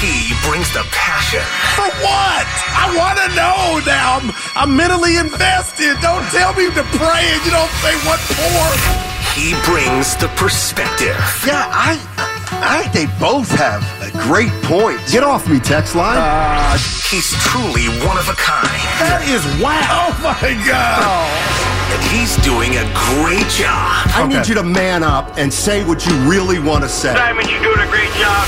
He brings the passion For what? I want to know now. I'm, I'm mentally invested. Don't tell me to pray and you don't say what for. He brings the perspective. Yeah, I, I think they both have a great point. Get off me, text line. He's truly one of a kind. Uh, that is wow. Oh my God. And he's doing a great job. I need you to man up and say what you really want to say. Simon, you're doing a great job.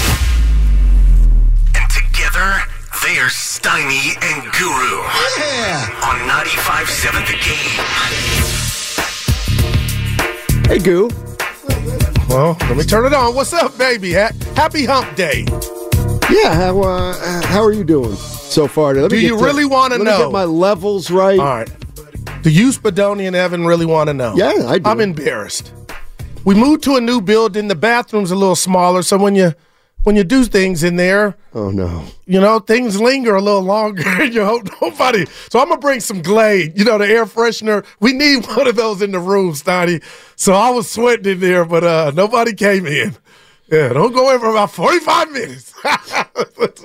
And together, they are Steiny and Guru. Yeah. On 95.7 The Game. Hey, Goo. Well, let me turn it on. What's up, baby? Ha- Happy Hump Day. Yeah, how uh, how are you doing so far? Let Do you really wanna let know? Me get my levels right. All right. Do you, Spadoni and Evan, really want to know? Yeah, I do. I'm embarrassed. We moved to a new building. The bathroom's a little smaller, so when you when you do things in there, Oh no. you know things linger a little longer. and you hope nobody. So I'm gonna bring some Glade. You know, the air freshener. We need one of those in the room, Stoney. So I was sweating in there, but uh nobody came in. Yeah, don't go in for about 45 minutes. yeah, but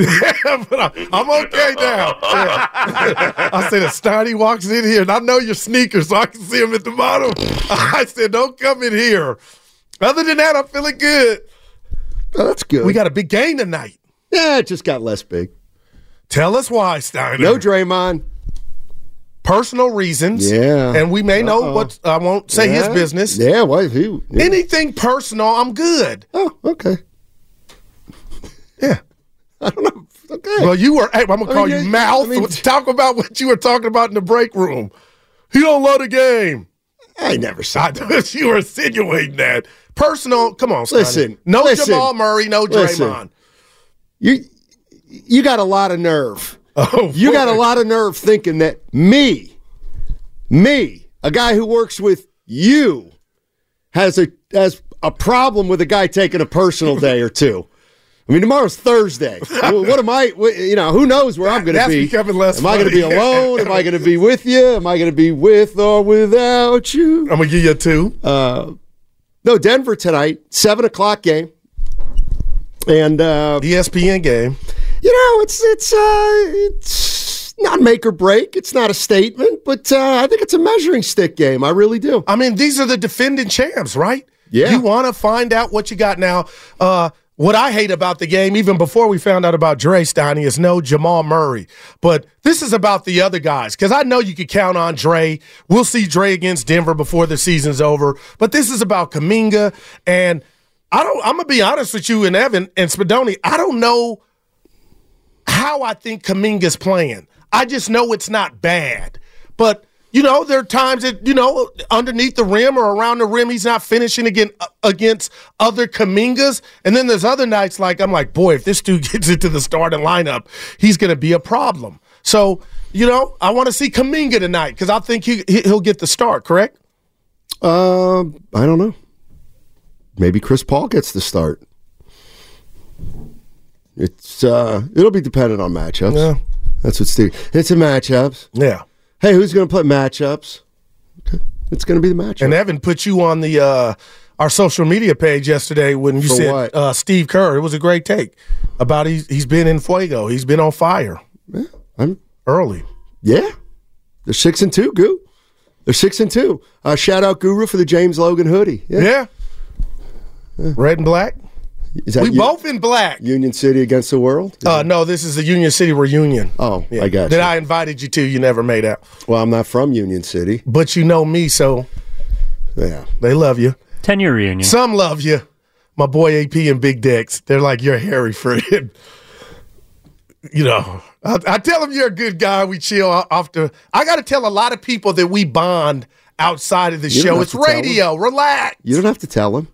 I, I'm okay now. Yeah. I said, if Stoney walks in here, and I know your sneakers, so I can see him at the bottom. I said, don't come in here. Other than that, I'm feeling good. Oh, that's good. We got a big game tonight. yeah, it just got less big. Tell us why, Steiner. No Draymond. personal reasons. Yeah. And we may know what I won't say his Yeah. business. Yeah, why he? Yeah. Anything personal, I'm good. oh, okay. Yeah. I don't know. Okay. Well, you were. Hey, I'm gonna I call mean, you yeah, mouth. I mean- Talk about what you were talking about in the break room. He don't love the game. I never saw. I thought you were insinuating that. Personal. Come on, Steiner. Listen, No listen, Jamal Murray. No listen. Draymond. You you got a lot of nerve. Oh, You got a boy. lot of nerve thinking that me, me, a guy who works with you, has a has a problem with a guy taking a personal day or two. I mean, tomorrow's Thursday. Wh- what am I? wh- You know, who knows where I'm going to That's be? becoming less am I going to be funny. alone? am I going to be with you? Am I going to be with or without you? I'm gonna give you a two. No, Denver tonight, seven o'clock game, and uh, ESPN game. you know, it's it's uh, it's not make or break. It's not a statement, but uh, I think it's a measuring stick game. I really do. I mean, these are the defending champs, right? Yeah. You want to find out what you got now. Uh, what I hate about the game, even before we found out about Dre Stoney, is no Jamal Murray. But this is about the other guys because I know you could count on Dre. We'll see Dre against Denver before the season's over. But this is about Kaminga, and I don't. I'm gonna be honest with you and Evan and Spadoni. I don't know how I think Kaminga's playing. I just know it's not bad. But, you know, there are times that, you know, underneath the rim or around the rim, he's not finishing again against other Kamingas. And then there's other nights like, I'm like, boy, if this dude gets into the starting lineup, he's going to be a problem. So, you know, I want to see Kaminga tonight because I think he, he- he'll get the start, correct? Um, I don't know. Maybe Chris Paul gets the start. It's uh, it'll be dependent on matchups. Yeah. That's what Steve. It's a matchups. Yeah. Hey, who's going to play matchups? Okay. It's going to be the matchup. And Evan put you on the uh, our social media page yesterday when you For said what? Uh, Steve Kerr. It was a great take about he's, he's been in fuego. He's been on fire I'm early. Yeah. They're six and two, Goo. They're six and two. Uh, shout out Guru for the James Logan hoodie. Yeah. Yeah. Red and black. Is that We you- both in black. Union City against the world? Uh, no, this is the Union City reunion. Oh, I got That you. I invited you to. You never made out. Well, I'm not from Union City. But you know me, so Yeah. they love you. Ten year reunion. Some love you. My boy AP and Big Dex. They're like, you're Harry friend. you know, I, I tell them you're a good guy. We chill o- off the. I got to tell a lot of people that we bond outside of the You don't show. have It's to tell radio. Relax. You don't have to tell him.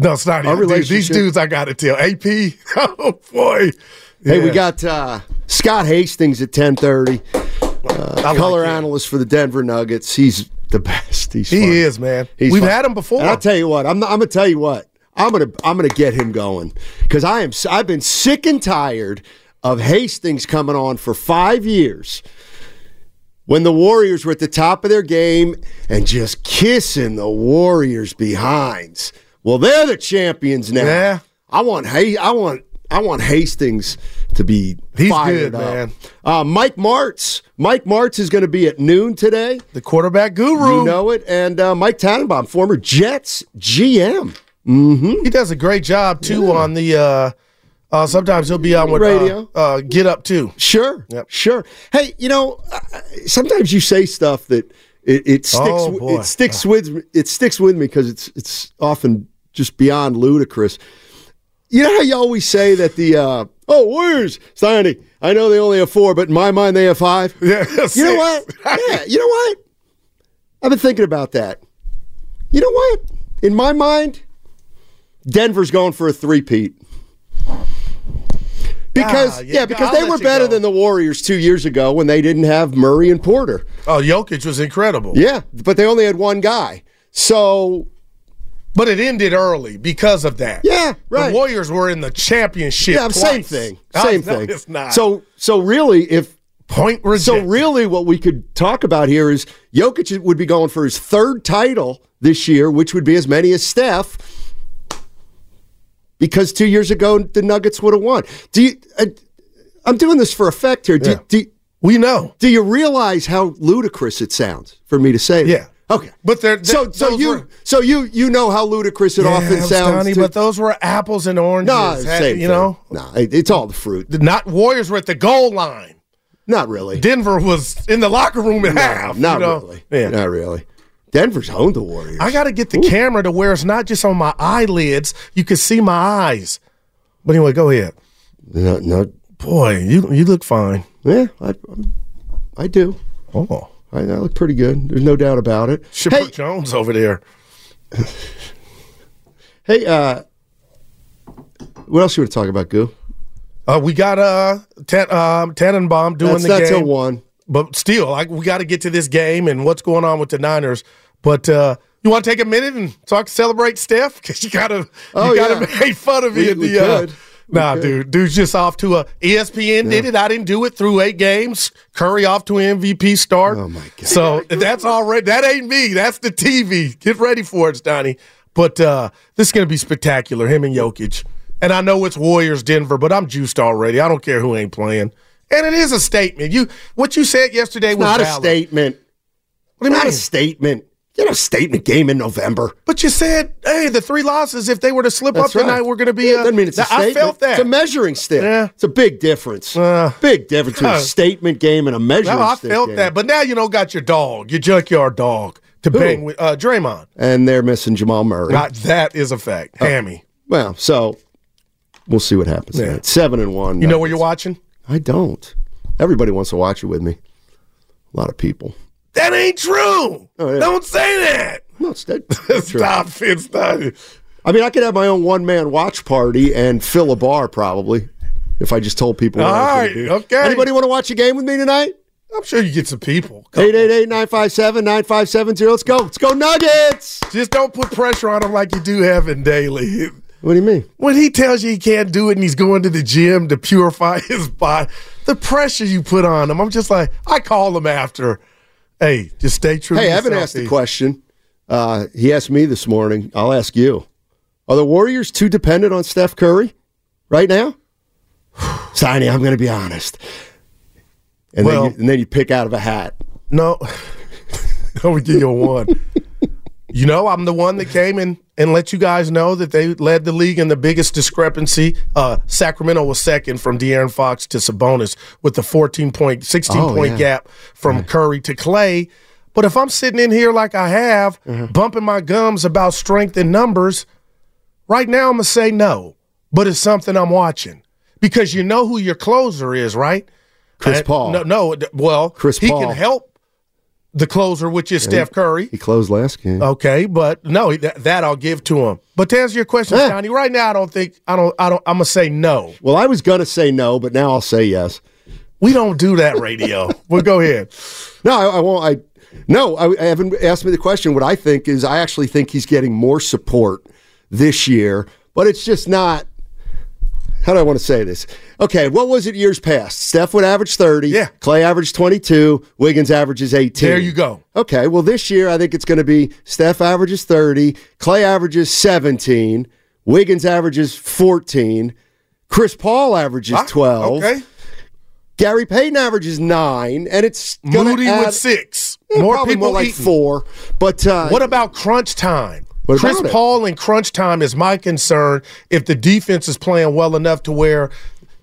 No, it's not. Our even- dude, These relationship- dudes, I got to tell. AP. Oh, boy. Hey, we Yeah. got uh, Scott Hastings at 1030, I like color him. analyst for the Denver Nuggets. He's the best. He's He fun. is, man. He's We've fun. had him before. And I'll tell you what. I'm, I'm gonna tell you what. I'm gonna I'm gonna get him going because I am s- I've been sick and tired of Hastings coming on for five years when the Warriors were at the top of their game and just kissing the Warriors behinds. Well, they're the champions now. Yeah. I want hey I want I want Hastings to be He's fired good, up. man. Uh, Mike Martz. Mike Martz is going to be at noon today. the quarterback guru. You know it. And uh, Mike Tannenbaum, former Jets GM. He does a great job too on the. uh uh, sometimes he'll be on with uh, Radio. Uh, Get Up too. Sure. Sure. Hey, you know, uh, sometimes you say stuff that it, it sticks Oh, w- boy. it sticks with me- it sticks with me because it's it's often just beyond ludicrous. You know how you always say that the uh, oh Warriors, Steiny, I know they only have four, but in my mind they have five. Yeah, You know what? Yeah, you know what? I've been thinking about that. You know what? In my mind, Denver's going for a three-peat. Because Ah, yeah, yeah, because I'll they let were you better go. than the Warriors 2 years ago when they didn't have Murray and Porter. Oh, Jokic was incredible. Yeah, but they only had one guy. So, But it ended early because of that. yeah, right. The Warriors were in the championship. yeah, twice. same thing. No, Same no, thing. It's not. So so really if point So rejected. really, what we could talk about here is Jokic would be going for his third title this year, which would be as many as Steph. Because two years ago, the Nuggets would have won. Do you? I, I'm doing this for effect here. Do, Yeah. do, we know. do you realize how ludicrous it sounds for me to say? that? Yeah. Okay. But they're, so so those you were- so you you know how ludicrous it Yeah, often sounds. Donnie, to- but those were apples and oranges. no, Had- same you thing. know, no, it- it's all the fruit. not Warriors were at the goal line. Not really. Denver was in the locker room at half. you Not know? really. Yeah. Not really. Denver's owned the Warriors. I got to get the camera to where it's not just on my eyelids. You can see my eyes. But anyway, go ahead. No, no. Boy, you you look fine. Yeah, I, I do. Oh, I, I look pretty good. There's no doubt about it. Shipper Hey, Jones over there. hey, uh, what else you want to talk about, Goo? Uh, we got uh, Tan um, Tannenbaum doing That's the not game, till one. but still, like we got to get to this game and what's going on with the Niners. But uh, you want to take a minute and talk, celebrate Steph because you gotta, Oh, you gotta yeah. make fun of me. We- at we the, uh, could. We Nah, could. dude, dude's just off to a E ESPN did it. I didn't do it through eight games. Curry off to an MVP start. Oh, my God. So that's already that ain't me. That's the TV. Get ready for it, Donnie. But uh, this is gonna be spectacular. Him and Jokic. And I know it's Warriors Denver, but I'm juiced already. I don't care who ain't playing. And it is a statement. You what you said yesterday was Not a valid. statement. What do you Not a mean? statement. You know, statement game in November. But you said, hey, the three losses, if they were to slip up tonight, we're gonna be Yeah, uh, doesn't mean it's a I statement. felt that. It's a measuring stick. Yeah. It's a big difference. Uh, big difference between a huh. statement game and a measuring No, I stick. felt game. that, but now you don't got your dog, your junkyard dog, to bang with uh, Draymond. And they're missing Jamal Murray. Not that is a fact. Oh. Hammy, Well, so we'll see what happens. Yeah. tonight. Seven and one. you know where you're watching? I don't. Everybody wants to watch it with me. A lot of people. That ain't true. Oh, yeah. Don't say that. No, it's that- that's true. Stop it. Stop it. I mean, I could have my own one man watch party and fill a bar probably if I just told people. what I was All gonna right, do. okay. Anybody want to watch a game with me tonight? I'm sure you get some people. Come on. 888 957 9570. Let's go. Let's go, Nuggets. Just don't put pressure on him like you do Evan Daly. What do you mean? When he tells you he can't do it and he's going to the gym to purify his body, the pressure you put on him, I'm just like, I call him after. Hey, just stay true. Hey, to I haven't yourself, asked the E. question. Uh, he asked me this morning. I'll ask you. Are the Warriors too dependent on Steph Curry right now? Signy, I'm going to be honest. And, Well- then you, and then you pick out of a hat. No. I would give you a one. you know, I'm the one that came in and let you guys know that they led the league in the biggest discrepancy. Uh, Sacramento was second from De'Aaron Fox to Sabonis with the 14 point, 16 Oh, point yeah. gap from Curry to Clay. But if I'm sitting in here like I have, Mm-hmm. bumping my gums about strength and numbers, right now I'm going to say no, but it's something I'm watching because you know who your closer is, right? Chris Uh, Paul. No, no, d- well, Chris he Paul. can help the closer, which is Steph Curry. He closed last game. Okay, but no, that, that I'll give to him. But to answer your question, Yeah. Johnny, right now I don't think I don't I don't I'm gonna say no. Well, I was gonna say no, but now I'll say yes. We don't do that radio. well, go ahead. No, I, I won't. I no, I, I haven't asked me the question. What I think is, I actually think he's getting more support this year, but it's just not. How do I want to say this? Okay, what was it years past? Steph would average thirty. Yeah. Clay averaged twenty-two. Wiggins averages eighteen. There you go. Okay, well, this year I think it's going to be Steph averages 30, Clay averages 17, Wiggins averages 14, Chris Paul averages Ah, 12, Okay. Gary Payton averages 9, and it's gonna Moody add, with six. eh, More probably people more like eating. 4, but uh, What about crunch time? What Chris about it? Paul and crunch time is my concern if the defense is playing well enough to where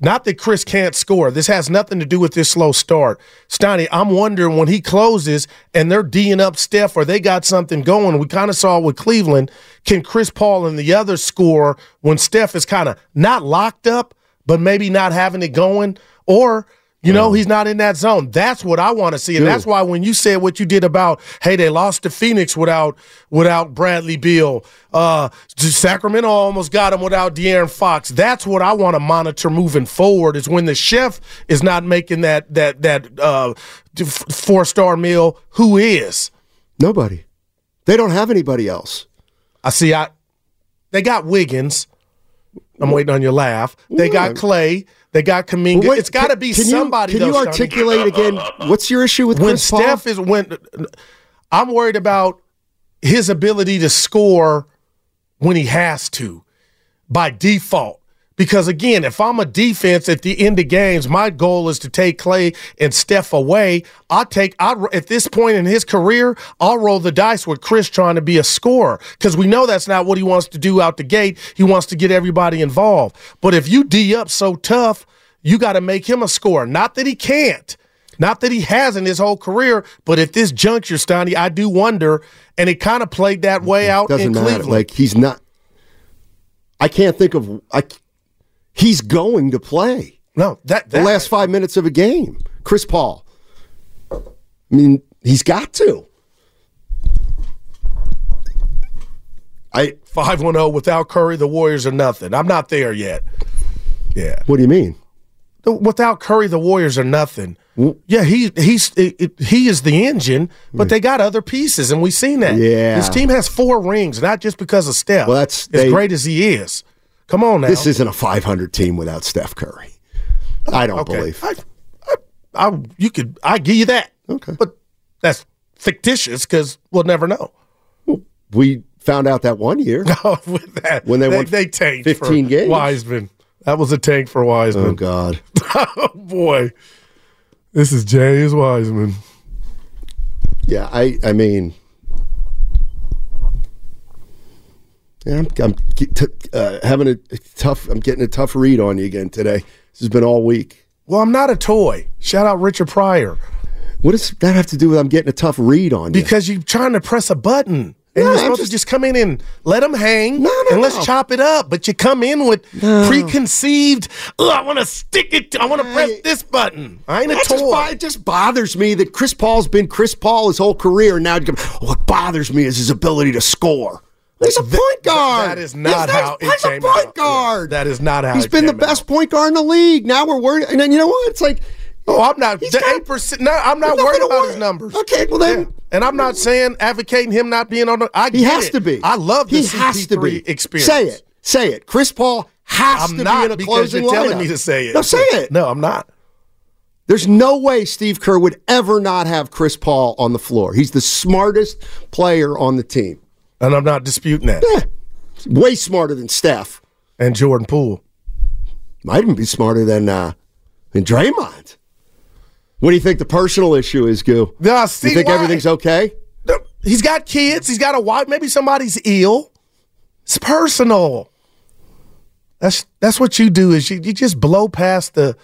not that Chris can't score. This has nothing to do with this slow start. Stoney, I'm wondering when he closes and they're D'ing up Steph or they got something going. We kind of saw it with Cleveland. Can Chris Paul and the others score when Steph is kind of not locked up, but maybe not having it going? Or you know, he's not in that zone. That's what I want to see. And that's why when you said what you did about, hey, they lost to Phoenix without without Bradley Beal. Uh Sacramento almost got him without De'Aaron Fox. That's what I want to monitor moving forward is when the chef is not making that that that uh four star meal, who is? nobody. They don't have anybody else. I see I they got Wiggins. I'm waiting on your laugh. They got Clay. They got Kaminga. Wait, it's got to be can you- somebody. Can though, you Stoney. articulate again what's your issue with when Chris Paul? Steph is when I'm worried about his ability to score when he has to by default. Because again, if I'm a defense at the end of games, my goal is to take Clay and Steph away. I take I at this point in his career, I'll roll the dice with Chris trying to be a scorer because we know that's not what he wants to do out the gate. He wants to get everybody involved. But if you d up so tough, you got to make him a scorer. Not that he can't. Not that he hasn't his whole career, but at this juncture, Stoney, I do wonder, and it kind of played that way out doesn't in matter. Cleveland. Like he's not. I can't think of. I. c- He's going to play no, that, the that last five minutes of a game. Chris Paul. I mean, he's got to. I. 5-1-0 oh, without Curry, the Warriors are nothing. I'm not there yet. Yeah. What do you mean? Without Curry, the Warriors are nothing. Yeah, he he's it, it- he is the engine, but they got other pieces, and we've seen that. Yeah. this team has four rings, not just because of Steph. Well, that's- as they- great as he is. Come on now, This isn't a 500 team without Steph Curry. I don't believe. I, I, I, you could I give you that. Okay. but that's fictitious because we'll never know. we found out that one year. With that, When they won they tanked 15 for games. Wiseman. That was a tank for Oh Wiseman. God. Oh boy. This is James Wiseman. Yeah, I I mean, yeah, I'm, I'm ge- t- uh, having a tough. I'm getting a tough read on you again today. This has been all week. Well, I'm not a toy. Shout out Richard Pryor. What does that have to do with I'm getting a tough read on you? Because you're trying to press a button. And No, you're I'm supposed just- to just come in and let them hang No, no, and let's no. chop it up. But you come in with preconceived, oh, I want to stick it. To, I want to press I- this button. I ain't a That just toy. bo- it just bothers me that Chris Paul's been Chris Paul his whole career, and now you go, what bothers me is his ability to score. He's a point guard. That is not He's- how he's it came a point out. guard. That is not how He's it been the came best out. point guard in the league. Now we're worried, and then you know what? It's like Oh, I'm not. He's The got- 8%. No, I'm not Nothing worried to about worry- his numbers. Okay, well then. Yeah. And I'm not saying advocating him not being on the. I He get has it. to be. I love the he has to be CP3 experience. Say it. Say it. Chris Paul has I'm to not be in a because closing you're telling lineup. me to say it. No, say it. No, I'm not. There's no way Steve Kerr would ever not have Chris Paul on the floor. He's the smartest player on the team. And I'm not disputing that. Way smarter than Steph. And Jordan Poole. Might even be smarter than uh than Draymond. What do you think the personal issue is, Goo? Yeah, I see you think why. everything's okay? No, He's got kids. He's got a wife. Maybe somebody's ill. It's personal. That's that's what you do is you, you just blow past the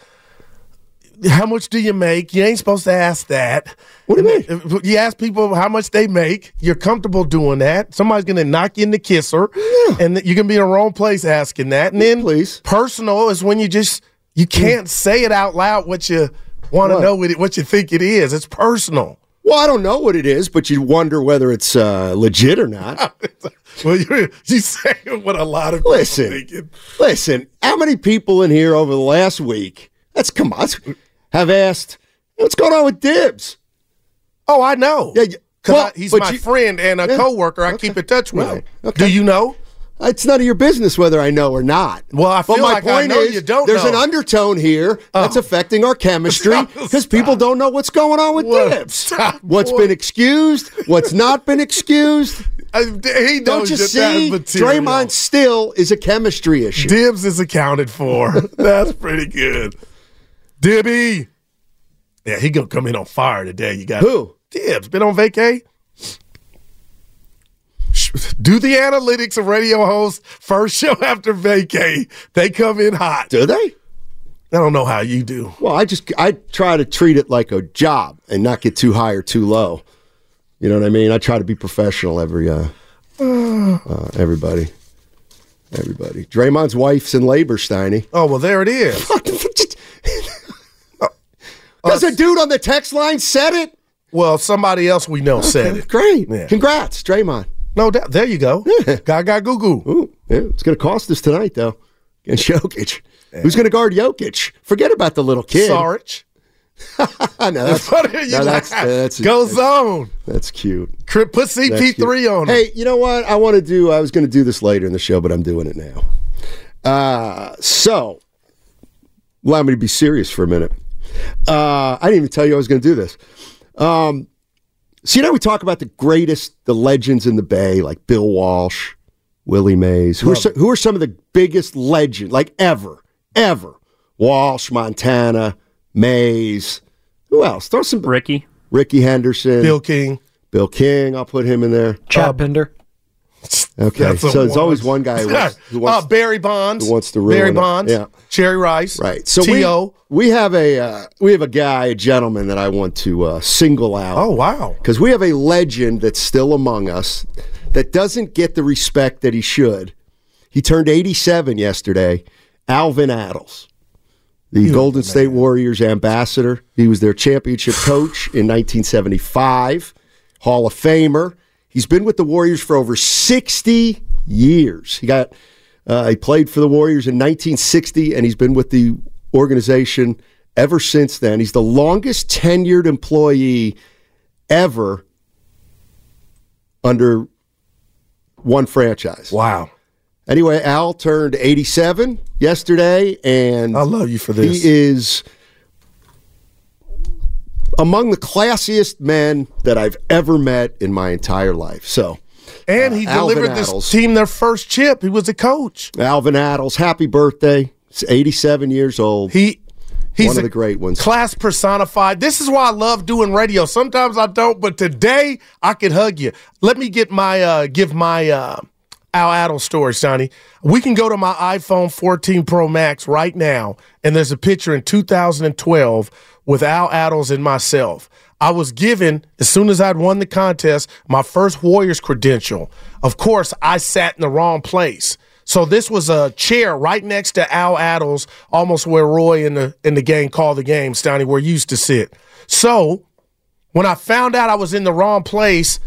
how much do you make? You ain't supposed to ask that. What do you mean? If You ask people how much they make. You're comfortable doing that. Somebody's gonna knock you in the kisser, and th- you're gonna be in the wrong place asking that. And then, Please. personal is when you just you can't say it out loud what you want to Right. know what, it, what you think it is. It's personal. Well, I don't know what it is, but you wonder whether it's uh, legit or not. well, you you say what a lot of people Listen, thinking. listen. How many people in here over the last week? That's come on. that's- Have asked what's going on with Dibs? Oh, I know. Yeah, you- because well, he's but my you- friend and a Yeah, coworker. I keep in touch with right, him. okay. Do you know? It's none of your business whether I know or not. Well, I but feel my like I point know is, you don't There's know. Oh. an undertone here that's affecting our chemistry because people don't know what's going on with What? Dibs. Stop, what's boy. been excused? What's not been excused? I, Uh, he knows Don't you that that see? material. Draymond still is a chemistry issue. Dibs is accounted for. That's pretty good. Dibby. Yeah, he gonna come in on fire today. You got Who? Dibs been on vacay. Sh- Do the analytics of radio hosts first show after vacay? They come in hot. I Do they? don't know how you do. Well, I just I try to treat it like a job and not get too high or too low. You know what I mean? I try to be professional every uh, uh everybody. Everybody. Draymond's wife's in labor, Steiny. Oh well, there it is. Because a dude on the text line said it. Uh, Well, somebody else we know said it. Great. Yeah. Congrats, Draymond. No doubt. There you go. Gaga goo goo. Ooh, yeah, it's going to cost us tonight, though, against Jokic. Who's going to guard Jokic? Forget about the little kid. Sarich. I know. That's, What are you no, that's, laughing? that's, Goes that's, on. that's cute. Cri- Put CP3 on him. Hey, you know what? I want to do. I was going to do this later in the show, but I'm doing it now. Uh, so, allow me to be serious for a minute. Uh, I didn't even tell you I was going to do this. Um, so you know we talk about the greatest, the legends in the Bay, like Bill Walsh, Willie Mays. Who are, so, who are some of the biggest legend, like ever, ever? Walsh, Montana, Mays. Who else? Throw some Ricky. Ricky Henderson, Bill King. Bill King. I'll put him in there. Chatbender. Okay, That's a so there's one. always one guy who wants, who wants uh, Barry Bonds. who wants to ruin Barry it. Bonds. Yeah. Cherry Rice. right. So we, T.O. we have a uh, we have a guy, a gentleman that I want to uh, single Oh, out wow. because we have a legend that's still among us that doesn't get the respect that he should. He turned 87 yesterday. Alvin Addles, the Golden State Warriors ambassador. He was their championship coach in 1975. Hall of Famer. He's been with the Warriors for over 60 years. He got uh, he played for the Warriors in 1960, and he's been with the organization ever since then. He's the longest tenured employee ever under one franchise. Wow. Anyway, Al turned 87 yesterday, and I love you for this. he is among the classiest men that I've ever met in my entire life. So, and he uh, Alvin delivered this Addles. team their first chip. He was a coach. Alvin Addles, happy birthday. He's 87 years old. He he's One of a the great ones. Class personified. This is why I love doing radio. Sometimes I don't, but today I could hug you. Let me get my uh give my uh Al Adel story, Sonny. We can go to my iPhone 14 Pro Max right now, and there's a picture in 2012 with Al Adels and myself. I was given, as soon as I'd won the contest, my first Warriors credential. Of course, I sat in the wrong place. So this was a chair right next to Al Addles, almost where Roy in the in the game called the game, Stoney, where you used to sit. So when I found out I was in the wrong place,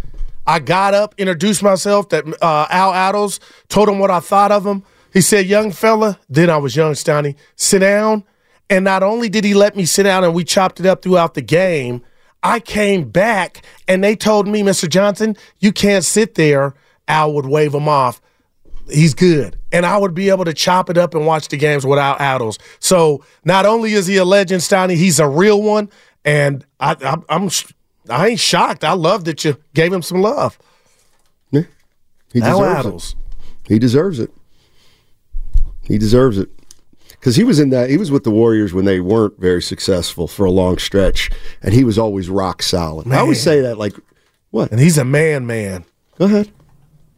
I got up, introduced myself. That uh, Al Addles told him what I thought of him. He said, "Young fella," then I was young, Stoney. Sit down. And not only did he let me sit down, and we chopped it up throughout the game. I came back, and they told me, "Mr. Johnson, you can't sit there." Al would wave him off he's good. And I would be able to chop it up and watch the games without addles. So not only is he a legend, Stoney, he's a real one. And I, I, I'm, sh- I ain't shocked. I love that you gave him some love. He Al deserves it. Addles. He deserves it. He deserves it. Because he was in that, he was with the Warriors when they weren't very successful for a long stretch, and he was always rock solid. I always say that, like, What? And he's a man, man. Go ahead.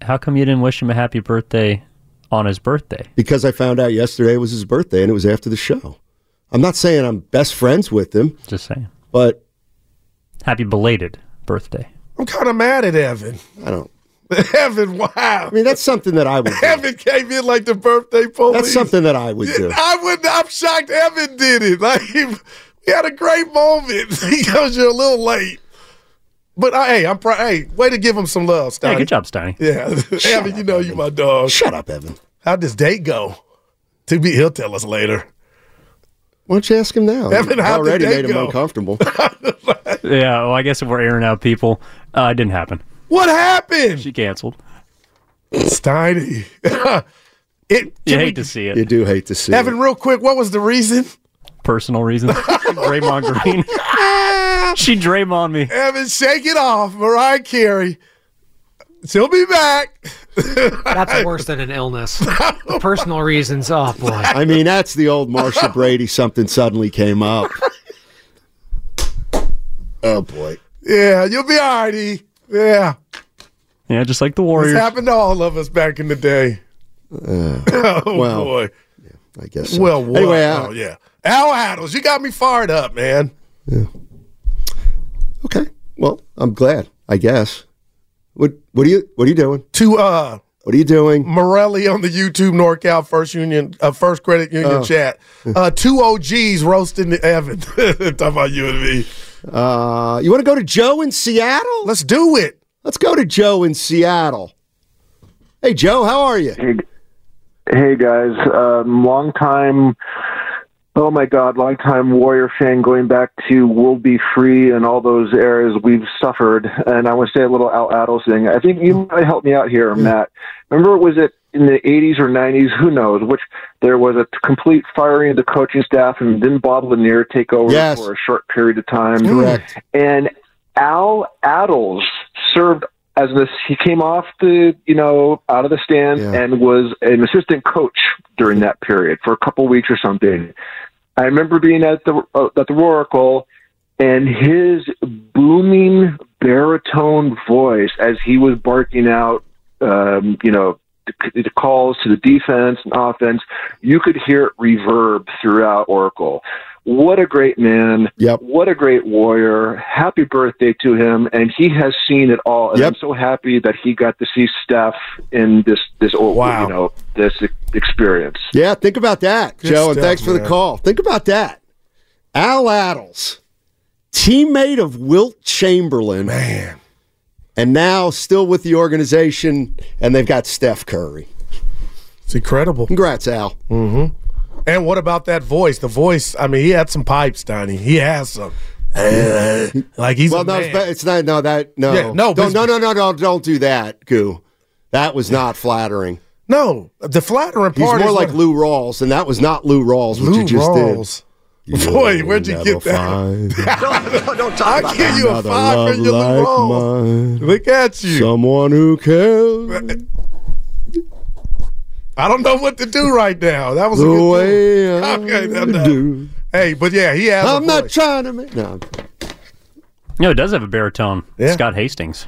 How come you didn't wish him a happy birthday on his birthday? Because I found out yesterday was his birthday and it was after the show. I'm not saying I'm best friends with him, Just saying. but Happy belated birthday. I'm kind of mad at Evan. I don't. Evan, wow. I mean, that's something that I would. Do. Evan came in like the birthday police. That's something that I would do. I would. I'm shocked. Evan did it. Like we had a great moment. he goes, "You're a little late," but I, hey, I'm proud. Hey, way to give him some love, Yeah, Stein. good job, Steiny. Yeah, Evan, you know you my dog. Shut up, Evan. How'd this date go? To be, he'll tell us later. Why don't you ask him now? Evan, You how did already they made him go? uncomfortable. Yeah, well, I guess if we're airing out people, uh, it didn't happen. What happened, She canceled. Steiny? it. You can hate we- to see you it. do hate to see. it. Evan, real quick, what was the reason? Personal reasons. Draymond Green. she Draymond me. Evan, shake it off, Mariah Carey. She'll be back. That's worse than an illness. The personal reasons. Oh boy. I mean, that's the old Marsha Brady. Something suddenly came up. Oh boy. Yeah, you'll be all right. E. Yeah. Yeah, just like the This Warriors. happened to all of us back in the day. oh well, boy. I guess. so. Well, what? anyway, uh, I- oh yeah. Al Addles, you got me fired up, man. okay. Well, I'm glad. I guess. What What are you What are you doing? To uh What are you doing? Morelli on the YouTube NorCal First Union uh, First Credit Union Oh. chat. Uh two OGs roasting the Evan. Talking about you and me. Uh, you want to go to Joe in Seattle? Let's do it. Let's go to Joe in Seattle. Hey, Joe, how are you? Hey, hey guys, um, long time. Oh my God, long time Warrior fan going back to We'll Be Free and all those eras we've suffered. And I want to say a little Al Addles thing. I think you might help me out here, Matt. Remember, was it in the 80s or 90s? Who knows? Which there was a complete firing of the coaching staff, and then Bob Lanier take over Yes. for a short period of time. Correct. And Al Addles served as an ass- he came off the you know out of the stands Yeah. and was an assistant coach during that period for a couple weeks or something. I remember being at the uh, at the Oracle and his booming baritone voice as he was barking out um, you know the the calls to the defense and offense you could hear it reverb throughout Oracle what a great man Yep. what a great warrior. Happy birthday to him. And he has seen it all. And Yep. I'm so happy that he got to see Steph in this, this old, Wow. you know, this e- experience. Yeah, think about that, Good Joe, and stuff, thanks for the man. call. Think about that. Al Addles, teammate of Wilt Chamberlain, Man. and now still with the organization, and they've got Steph Curry. It's incredible. Congrats, Al. And what about that voice? The voice, I mean, he had some pipes, Donnie. He has some. like he's Well, a no, it's, man. it's not. No, that no, Yeah, no, don't, no, but- no, no, no, don't do that, Goo. That was not flattering. No, the flattering He's part more is like when- Lou Rawls, and that was not Lou Rawls, what Lou you just Rawls. did. Boy, You'll where'd you never get that? find I'll give you a another five love for your Lou like Rawls. mine. Look at you. Someone who cares I don't know what to do right now. That was a the good way one. I Okay, no, no. do. one. Hey, but yeah, he has. a I'm not voice. trying to make. No. No, it does have a baritone. Yeah. Scott Hastings.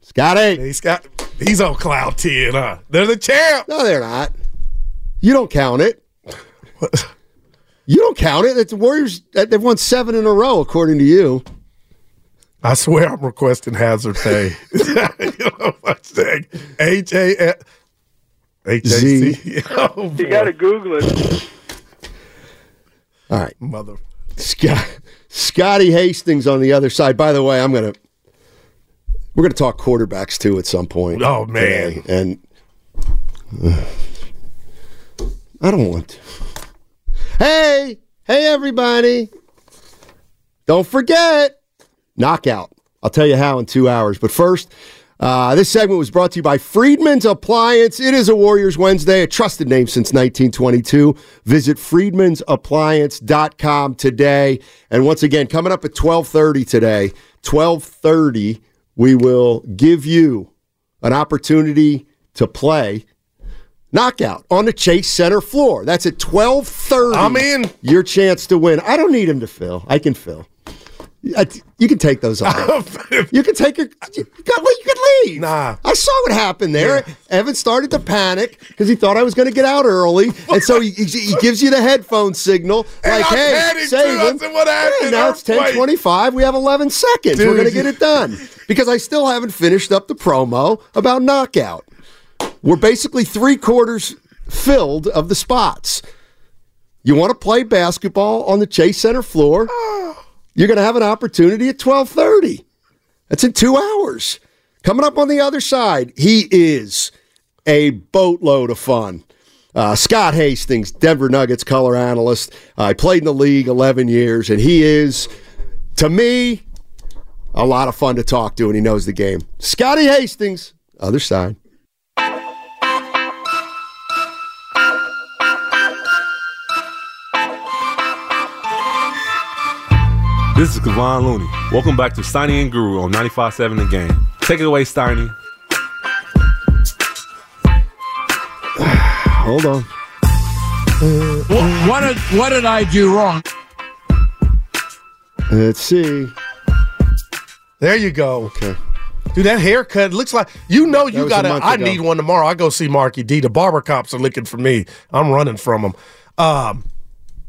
Scotty. He's got. He's on cloud ten. Huh? They're the champ. No, they're not. You don't count it. You don't count it. It's the Warriors, they've won seven in a row, according to you. I swear, I'm requesting hazard pay. you know what I'm saying? H A H A C. Oh, boy. Google it. All right. mother. Scott, Scotty Hastings on the other side. By the way, I'm gonna we're gonna talk quarterbacks too at some point. Oh, man. today. and uh, I don't want to. Hey, hey, everybody! Don't forget knockout. I'll tell you how in two hours. But first. Uh, this segment was brought to you by Freedman's Appliance. It is a Warriors Wednesday, a trusted name since 1922. Visit freedmansappliance.com today. And once again, coming up at 1230 today, 1230, we will give you an opportunity to play knockout on the Chase Center floor. That's at 1230. I'm in. Your chance to win. I don't need him to fill. I can fill. I- You can take those off. you can take your. You, got, well, you could leave. Nah. I saw what happened there. Evan started to panic because he thought I was going to get out early, and so he, he, he gives you the headphone signal And like, I "Hey, panicked save too. I him." said, "What happened? Yeah, now it's I'm ten waiting." twenty-five. We have eleven seconds. We're Dude. going to get it done because I still haven't finished up the promo about knockout. We're basically three quarters filled of the spots. You want to play basketball on the Chase Center floor? You're going to have an opportunity at 12:30. That's in 2 hours. Coming up on the other side, he is a boatload of fun. Uh, Scott Hastings, Denver Nuggets color analyst. I played in the league 11 years, and he is, to me, a lot of fun to talk to, and he knows the game. Scotty Hastings, other side. This is Kevon Looney. Welcome back to Steiny and Guru on 95.7 The Game. Take it away, Steiny. Hold on. What did what did I do wrong? Let's see. There you go. Okay. Dude, that haircut looks like you know That you was got a to month I ago. need one tomorrow. I go see Marky D. The barber cops are looking for me. I'm running from them. Um,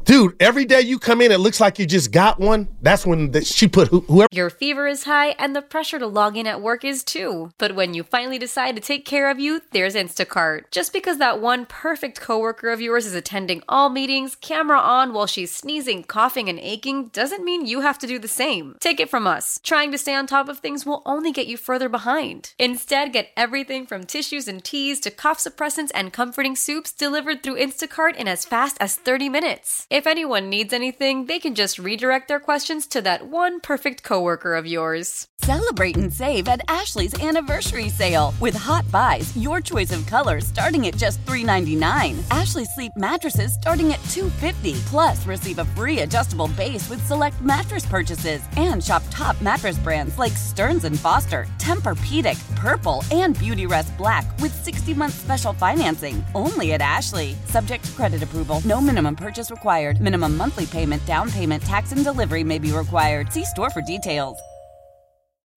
dude, every day you come in, it looks like you just got one. That's when the, she put who, whoever. Your fever is high and the pressure to log in at work is too. But when you finally decide to take care of you, there's Instacart. Just because that one perfect coworker of yours is attending all meetings, camera on while she's sneezing, coughing, and aching, doesn't mean you have to do the same. Take it from us. Trying to stay on top of things will only get you further behind. Instead, get everything from tissues and teas to cough suppressants and comforting soups delivered through Instacart in as fast as 30 minutes. If anyone needs anything, they can just redirect their questions to that one perfect coworker of yours. Celebrate and save at Ashley's anniversary sale with hot buys, your choice of colors starting at just $3.99. Ashley Sleep mattresses starting at $2.50. Plus, receive a free adjustable base with select mattress purchases and shop top mattress brands like Stearns and Foster, Tempur-Pedic, Purple, and Beautyrest Black with 60-month special financing only at Ashley. Subject to credit approval, no minimum purchase required. Minimum monthly payment, down payment, tax, and delivery may be required. See store for details.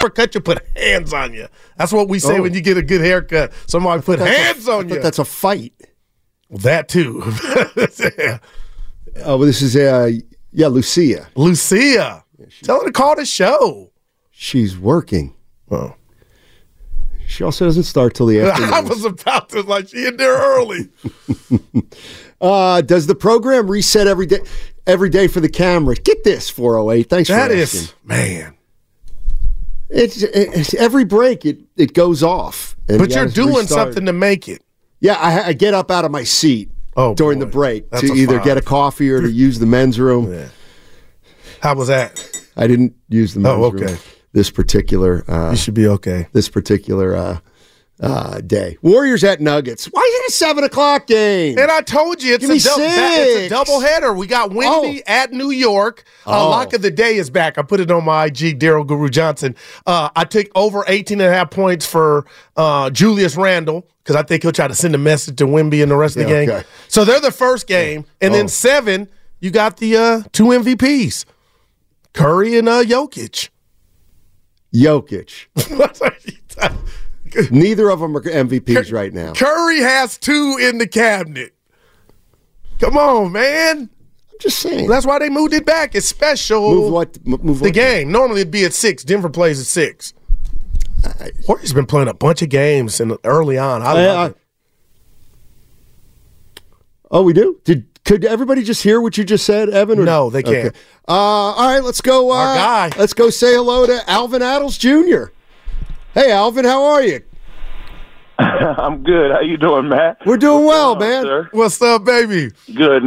Haircut, you put hands on you. That's what we say Oh. when you get a good haircut. Somebody put That's a- hands I on thought you. That's a fight. Well, that too. Oh, well, this is uh, yeah, Lucia. Lucia, tell her to call the show. She's working. Oh. She also doesn't start till the I afternoon. was about to like she in there early. Uh, does the program reset every day? Every day for the camera. Get this, 408. Thanks That for is asking. man. It's, it's every break it, it goes off. and But you you're gotta doing restart. something to make it. Yeah, I, I get up out of my seat Oh, during boy. the break That's to a either five. get a coffee or to use the men's room. How was that? I didn't use the men's Oh, room okay. this particular uh, You should be okay. this particular uh, uh, day. Warriors at Nuggets. Why is it a seven o'clock game? And I told you it's Give a, me dou- that- it's a six. double header. We got Wendy at New York. Uh, Oh. Lock of the day is back. I put it on my IG, Daryl Guru Johnson. Uh, I took over 18 and a half points for uh, Julius Randle because I think he'll try to send a message to Wimby and the rest of the Yeah, game. okay. Oh. So they're the first game. And then seven, you got the uh, two MVPs, Curry and uh, Jokic. Jokic. What are you talking- Neither of them are MVPs right now. I'm Curry has two in the cabinet. Come on, man. just saying. That's why they moved it back. It's special. Move what? m- Move The what? game. Normally it'd be at six. Denver plays at six. Warriors been playing a bunch of games and early on. I I- love I- it. Oh, we do. Did could everybody just hear what you just said, Evan? No, they can't. Uh, all right, let's go. Uh, Our guy. Let's go say hello to Alvin Addles Jr. Hey, Alvin, how are you? I'm good. How you doing, Matt? We're doing well, Oh, man. sir. What's up, baby? Good.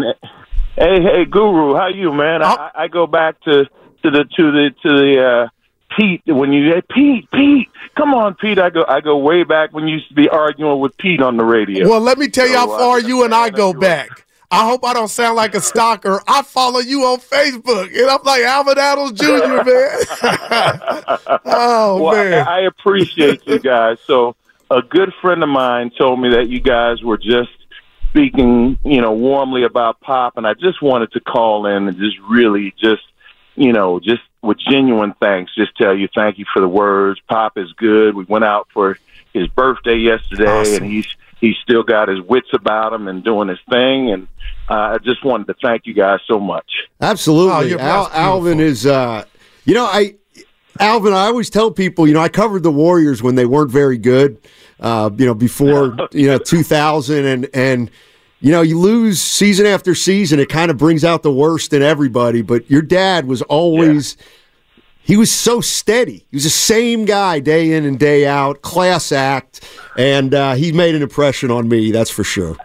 Hey, hey, Guru, how you, man? I, I go back to to the to the to the uh, Pete when you hey, Pete Pete come on Pete I go I go way back when you used to be arguing with Pete on the radio. Well, let me tell you how So, uh, far you and I go back. I hope I don't sound like a stalker. I follow you on Facebook, and I'm like Alvin Adams Jr., man. oh well, man. I, I appreciate you guys. So a good friend of mine told me that you guys were just speaking, you know, warmly about pop, and I just wanted to call in and just really just, you know, just with genuine thanks, just tell you thank you for the words. Pop is good. We went out for his birthday yesterday, Awesome. and he's he's still got his wits about him and doing his thing. And uh, I just wanted to thank you guys so much. Absolutely. Oh, you're- Al- that's Alvin is, uh, you know, I, Alvin, I always tell people, you know, I covered the Warriors when they weren't very good, uh, you know, before, you know, 2000. And, and, you know, you lose season after season, it kind of brings out the worst in everybody. But your dad was always, he was so steady. He was the same guy day in and day out, class act. And uh, he made an impression on me, that's for sure.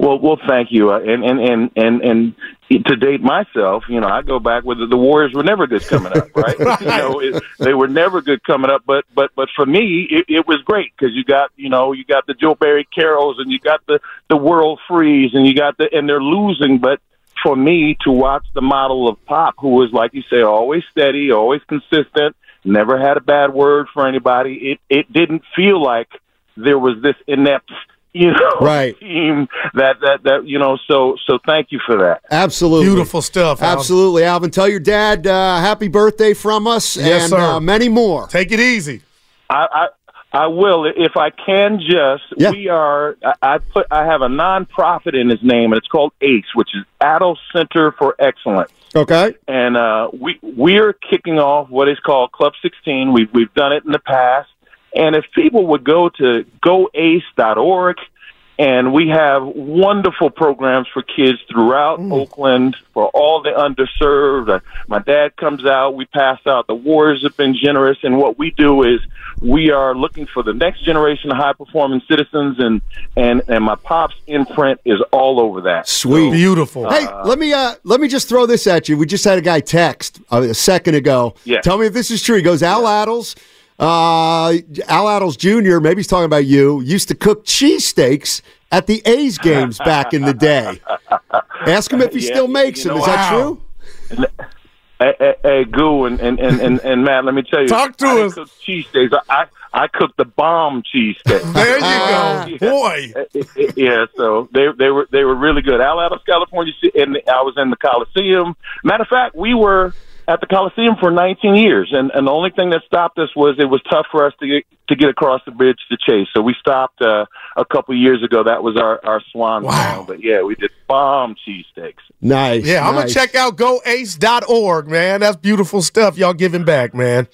Well, well, thank you. Uh, and, and and and and to date myself, you know, I go back with the, the Warriors were never good coming up, right? You know, it, they were never good coming up. But but but for me, it, it was great because you got you know you got the Joe Barry Carols and you got the the World Freeze and you got the and they're losing, but. For me to watch the model of Pop, who was like you say, always steady, always consistent, never had a bad word for anybody. It it didn't feel like there was this inept, you know, Right. team that that that you know. So so thank you for that. Absolutely. Beautiful stuff, Alvin. Absolutely, Alvin. Tell your dad uh, happy birthday from us Yes, and sir. Uh, many more. Take it easy. I I, I will if I can. Just we are. I, I put I have a nonprofit in his name, and it's called ACE, which is Adult Center for Excellence. Okay. and uh, we we're kicking off what is called Club 16. We've we've done it in the past, and if people would go to goace.org, and we have wonderful programs for kids throughout Oakland for all the underserved. Uh, My dad comes out, we pass out. The Warriors have been generous, and what we do is we are looking for the next generation of high performing citizens, and and and my pop's imprint is all over that. Sweet, beautiful. Hey, let me uh, let me just throw this at you. We just had a guy text uh, a second ago. Yeah. Tell me if this is true. He goes, Al Addles, uh, Al Addles Jr. Maybe he's talking about you. Used to cook cheesesteaks at the A's games back in the day. Ask him if he Yeah, still you makes them. know Is that what? true? Hey, hey, hey Goo and, and, and, and, and Matt, let me tell you. Talk to I didn't us. Cook cheesesteaks. I, I, I cooked the bomb cheesesteak. there Ah. you go, boy. eh, yeah, so they they were they were really good. Al Adams, California, and I was in the Coliseum. Matter of fact, we were at the Coliseum for 19 years, and and the only thing that stopped us was it was tough for us to get to get across the bridge to Chase. So we stopped uh, a couple years ago. That was our our swan song. But yeah, we did bomb cheesesteaks. Nice. Yeah, I'm going nice. to check out goace.org, man. That's beautiful stuff y'all giving back, man.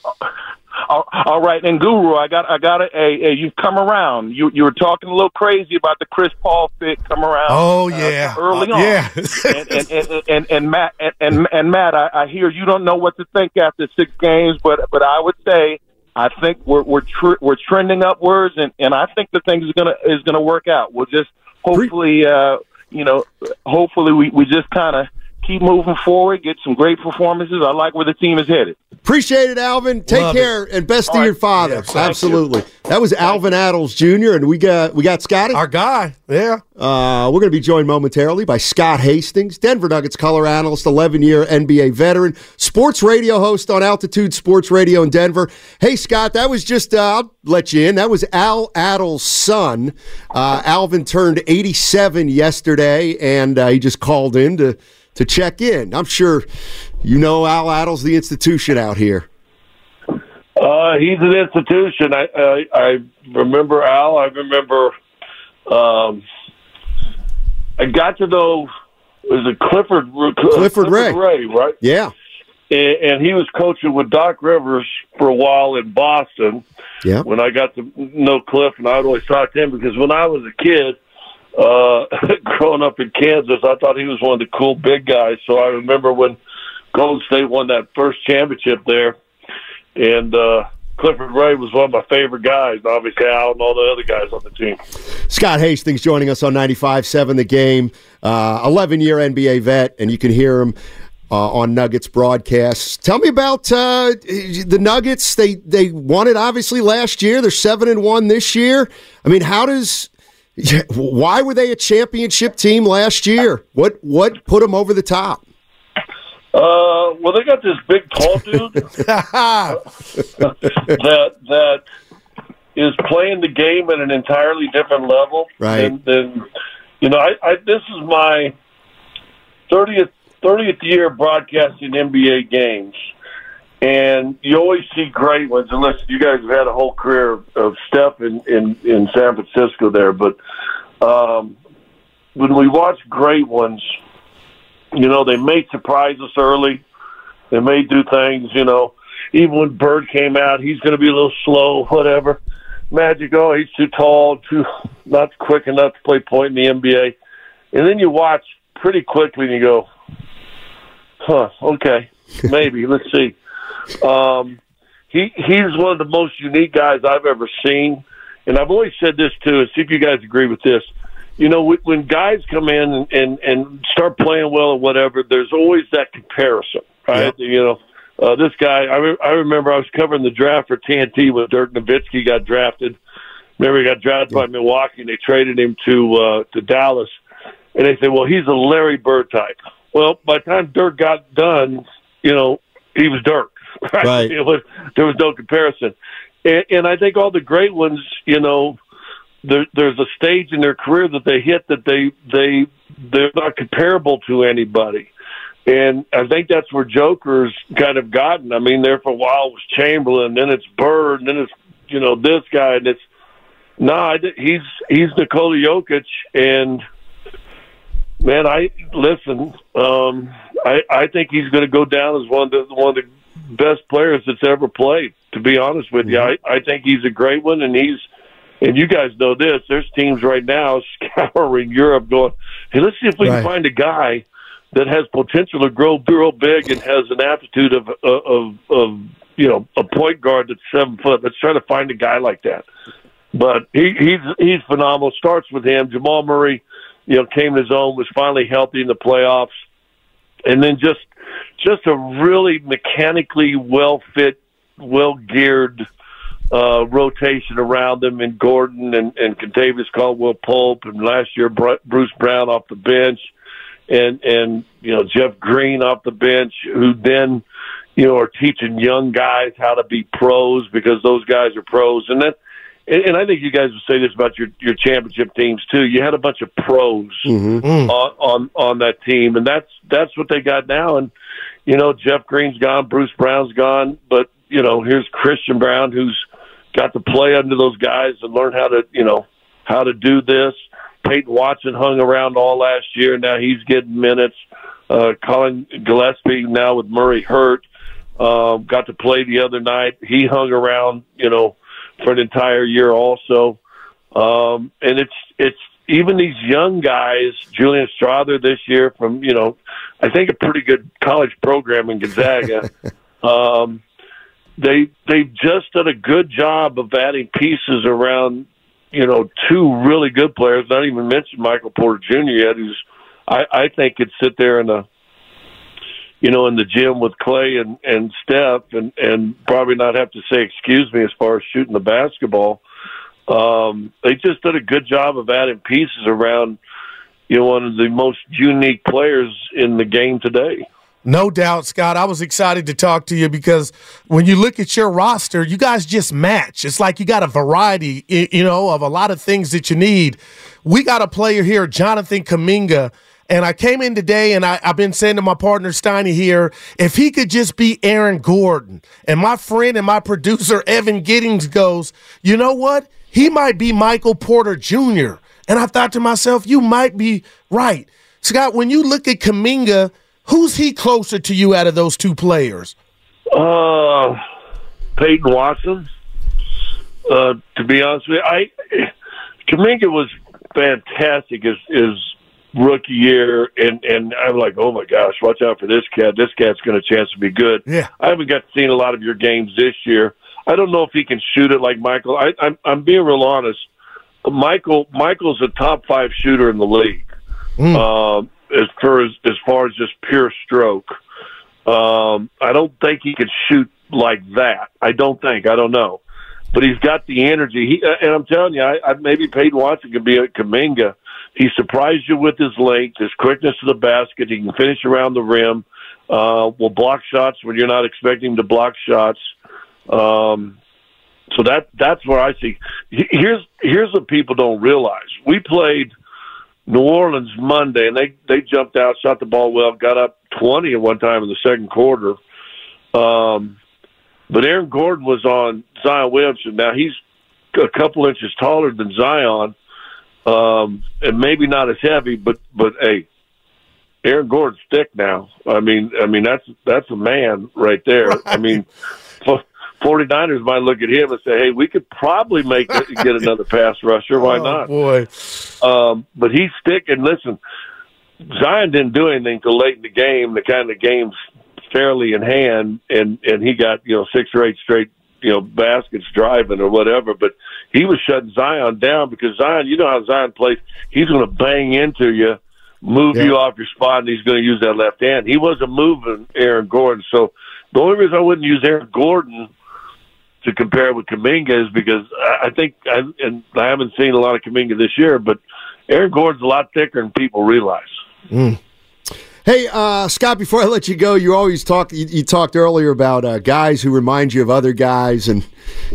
All, all right, and Guru, I got, I got a, a, a. You've come around. You, you were talking a little crazy about the Chris Paul fit. Come around. Oh, uh, yeah. early Uh, on. yeah. and, and, and, and and Matt and and, and Matt, I, I hear you don't know what to think after six games, but but I would say I think we're we're tr- we're trending upwards, and and I think the thing is gonna is gonna work out. We'll just hopefully, uh, you know, hopefully we we just kind of keep moving forward, get some great performances. I like where the team is headed. Appreciate it, Alvin. Take Love care it. and best All to your right. father. Yeah, thank Absolutely. That was Alvin Addles Jr. and we got we got Scotty. Our guy. Yeah. Uh, we're going to be joined momentarily by Scott Hastings, Denver Nuggets color analyst, 11-year NBA veteran, sports radio host on Altitude Sports Radio in Denver. Hey Scott, that was just uh, I'll let you in. That was Al Addles' son. Uh, Alvin turned 87 yesterday and uh, he just called in to to check in. I'm sure you know Al Addles the institution out here. Uh, he's an institution. I, I I remember Al. I remember. Um, I got to know was it Clifford Clifford Ray. Ray, right? Yeah. And, and he was coaching with Doc Rivers for a while in Boston. Yeah. When I got to know Cliff, and I'd always talk to him because when I was a kid, uh, growing up in Kansas, I thought he was one of the cool big guys. So I remember when Golden State won that first championship there, and uh, Clifford Ray was one of my favorite guys, and obviously Al and all the other guys on the team. Scott Hastings joining us on 95.7 The Game, uh, 11-year NBA vet, and you can hear him uh, on Nuggets broadcasts. Tell me about uh, the Nuggets. They they won it obviously last year. They're seven and one this year. I mean, how does why were they a championship team last year? What what put them over the top? Uh, well, they got this big tall dude that that is playing the game at an entirely different level. Right. Than, than you know, I, I this is my thirtieth thirtieth year broadcasting NBA games, and you always see great ones. Unless you guys have had a whole career of, of Steph in, in in San Francisco there, but um, when we watch great ones, you know they may surprise us early. They may do things, you know. Even when Bird came out, he's going to be a little slow, whatever. Magic, oh, he's too tall, too not quick enough to play point in the NBA. And then you watch pretty quickly, and you go, huh, okay, maybe. Let's see. Um, he he's one of the most unique guys I've ever seen, and I've always said this too. And see if you guys agree with this. You know, when- when guys come in and, and, and start playing well or whatever, there's always that comparison, right? You know, uh, this guy. I, re- I remember I was covering the draft for TNT when Dirk Nowitzki got drafted. Remember, he got drafted by Milwaukee, and they traded him to uh, to Dallas. And they said, "Well, he's a Larry Bird type." Well, by the time Dirk got done, you know, he was Dirk. Right? Right. It was, there was no comparison, and, and I think all the great ones, you know, there, there's a stage in their career that they hit that they they they're not comparable to anybody. And I think that's where Joker's kind of gotten. I mean, there for a while it was Chamberlain, then it's Bird, and then it's you know this guy, and it's no, nah, I di- he's he's Nikola Jokic, and man, I listen. Um, I I think he's going to go down as one of the one of the best players that's ever played. To be honest with you, I I think he's a great one, and he's and you guys know this. There's teams right now scouring Europe, going, hey, let's see if we can find a guy that has potential to grow real big and has an aptitude of of of you know a point guard that's seven foot. Let's try to find a guy like that. But he, he's he's phenomenal. Starts with him. Jamal Murray, you know, came to his own, was finally healthy in the playoffs, and then just just a really mechanically well fit, well geared uh, rotation around them, and Gordon and and Contavious Caldwell Pope, and last year Bru- Bruce Brown off the bench, and and you know Jeff Green off the bench, who then you know are teaching young guys how to be pros because those guys are pros, and that. And and I think you guys would say this about your your championship teams too. You had a bunch of pros on, on on that team, and that's that's what they got now. And you know, Jeff Green's gone, Bruce Brown's gone, but you know, here's Christian Brown who's got to play under those guys and learn how to you know how to do this. Peyton Watson hung around all last year, and now he's getting minutes. Uh, Colin Gillespie now with Murray hurt uh, got to play the other night. He hung around, you know, for an entire year also. Um, and it's it's even these young guys, Julian Strother this year from you know, I think a pretty good college program in Gonzaga. um, they they've just done a good job of adding pieces around, you know, two really good players. Not even mentioned Michael Porter Jr. yet, who's I, I think could sit there in a you know, in the gym with Clay and and Steph, and and probably not have to say excuse me as far as shooting the basketball. Um, they just did a good job of adding pieces around, you know, one of the most unique players in the game today. No doubt, Scott. I was excited to talk to you because when you look at your roster, you guys just match. It's like you got a variety, y- you know, of a lot of things that you need. We got a player here, Jonathan Kaminga. And I came in today and I, I've been saying to my partner Steiny here, if he could just be Aaron Gordon. And my friend and my producer, Evan Giddings, goes, you know what? He might be Michael Porter Jr. And I thought to myself, you might be right. Scott, when you look at Kaminga, Who's he closer to you out of those two players? Uh, Peyton Watson. Uh, to be honest with you, I Kaminga was fantastic his, his rookie year, and and I'm like, oh my gosh, watch out for this cat. This cat's got a chance to be good. Yeah. I haven't got to see a lot of your games this year. I don't know if he can shoot it like Michael. I, I'm I'm being real honest. Michael Michael's a top five uh, shooter in the league. Um, as far as as far as just pure stroke. Um, I don't think he could shoot like that. I don't think. I don't know. But he's got the energy. He uh, and I'm telling you, I, I maybe Peyton Watson could be a Kaminga. He surprised you with his length, his quickness to the basket. He can finish around the rim. Uh, will block shots when you're not expecting him to block shots. Um, so that that's where I see. he- Here's here's what people don't realize. We played New Orleans Monday, and they they jumped out, shot the ball well, got up twenty at one time in the second quarter. Um, but Aaron Gordon was on Zion Williamson. Now he's a couple inches taller than Zion, um, and maybe not as heavy, but but hey, Aaron Gordon's thick now. I mean, I mean that's that's a man right there. I mean. fo- 49ers might look at him and say, "Hey, we could probably make it, get another pass rusher. Why Oh, not?" Boy. Um, but he's sticking. Listen, Zion didn't do anything till late in the game. The kind of game's fairly in hand, and and he got you know six or eight straight you know baskets driving or whatever. But he was shutting Zion down because Zion, you know how Zion plays. He's going to bang into you, move you off your spot, and he's going to use that left hand. He wasn't moving Aaron Gordon, so the only reason I wouldn't use Aaron Gordon to compare with Kaminga is because I I think, I, and I haven't seen a lot of Kaminga this year, but Aaron Gordon's a lot thicker than people realize. Hey, uh, Scott, before I let you go, you always talk, you, you talked earlier about uh, guys who remind you of other guys. And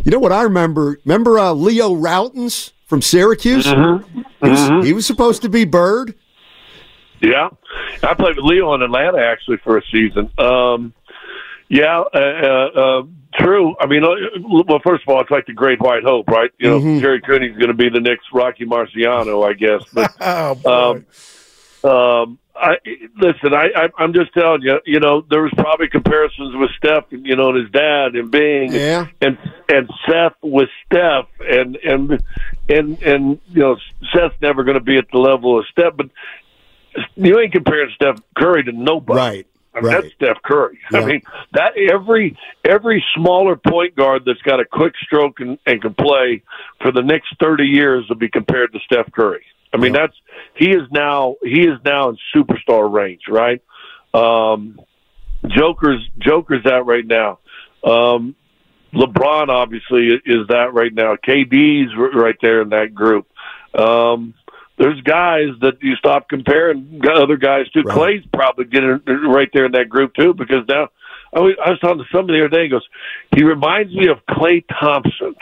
you know what I remember? Remember uh, Leo Routens from Syracuse? Mm-hmm. He, was, he was supposed to be Bird. Yeah, I played with Leo in Atlanta actually for a season. Um, yeah, uh, uh, uh, true. I mean, uh, well, first of all, it's like the Great White Hope, right? You know, Jerry Cooney's going to be the next Rocky Marciano, I guess. But Oh, Uh, um, um, I listen. I, I I'm just telling you. You know, there was probably comparisons with Steph, you know, and his dad, and being, Yeah. and and Seth with Steph, and and and and you know, Seth's never going to be at the level of Steph, but you ain't comparing Steph Curry to nobody. Right. I mean, right. That's Steph Curry. I Yeah. mean, that every every smaller point guard that's got a quick stroke and, and can play for the next thirty years will be compared to Steph Curry. I mean, that's he is now he is now in superstar range, right? Um, Joker's Joker's out right now. Um, LeBron obviously is that right now. KD's r- right there in that group. Um, there's guys that you stop comparing g- other guys to. Clay's probably getting right there in that group too because now I was, I was talking to somebody the other day. He goes, he reminds me of Clay Thompson,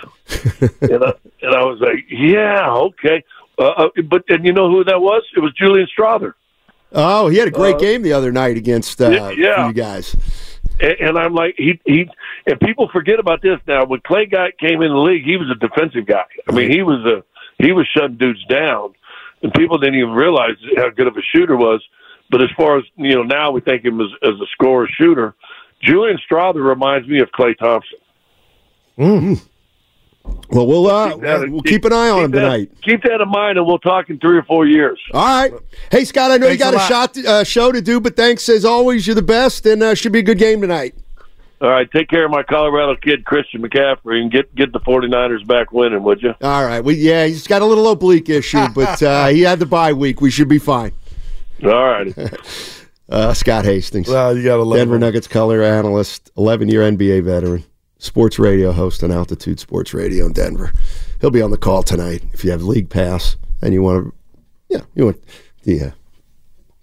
and, I, and I was like, yeah, okay. Uh, uh, but and you know who that was? It was Julian Strother. Oh, he had a great Uh, game the other night against yeah, uh, yeah. you guys. And, and I'm like, he he. And people forget about this now. When Clay guy came in the league, he was a defensive guy. I mean, he was a he was shutting dudes down, and people didn't even realize how good of a shooter was. But as far as you know, now we think him as, as a scorer shooter. Julian Strother reminds me of Clay Thompson. Mm. Well, we'll uh, that- we'll keep an eye on him that- tonight. Keep that in mind, and we'll talk in three or four years. All right. Hey, Scott, I know Thanks you got a a, lot. shot to, uh, show to do, but thanks as always. You're the best, and uh, should be a good game tonight. All right, take care of my Colorado kid, Christian McCaffrey, and get get the 49ers back winning, would you? All right. Well, yeah, he's got a little oblique issue, but uh, he had the bye week. We should be fine. All righty. Uh, Scott Hastings. Well, you gotta love Denver Nuggets color analyst, 11 year NBA veteran, sports radio host on Altitude Sports Radio in Denver. He'll be on the call tonight if you have League Pass and you want to, yeah, you want the uh,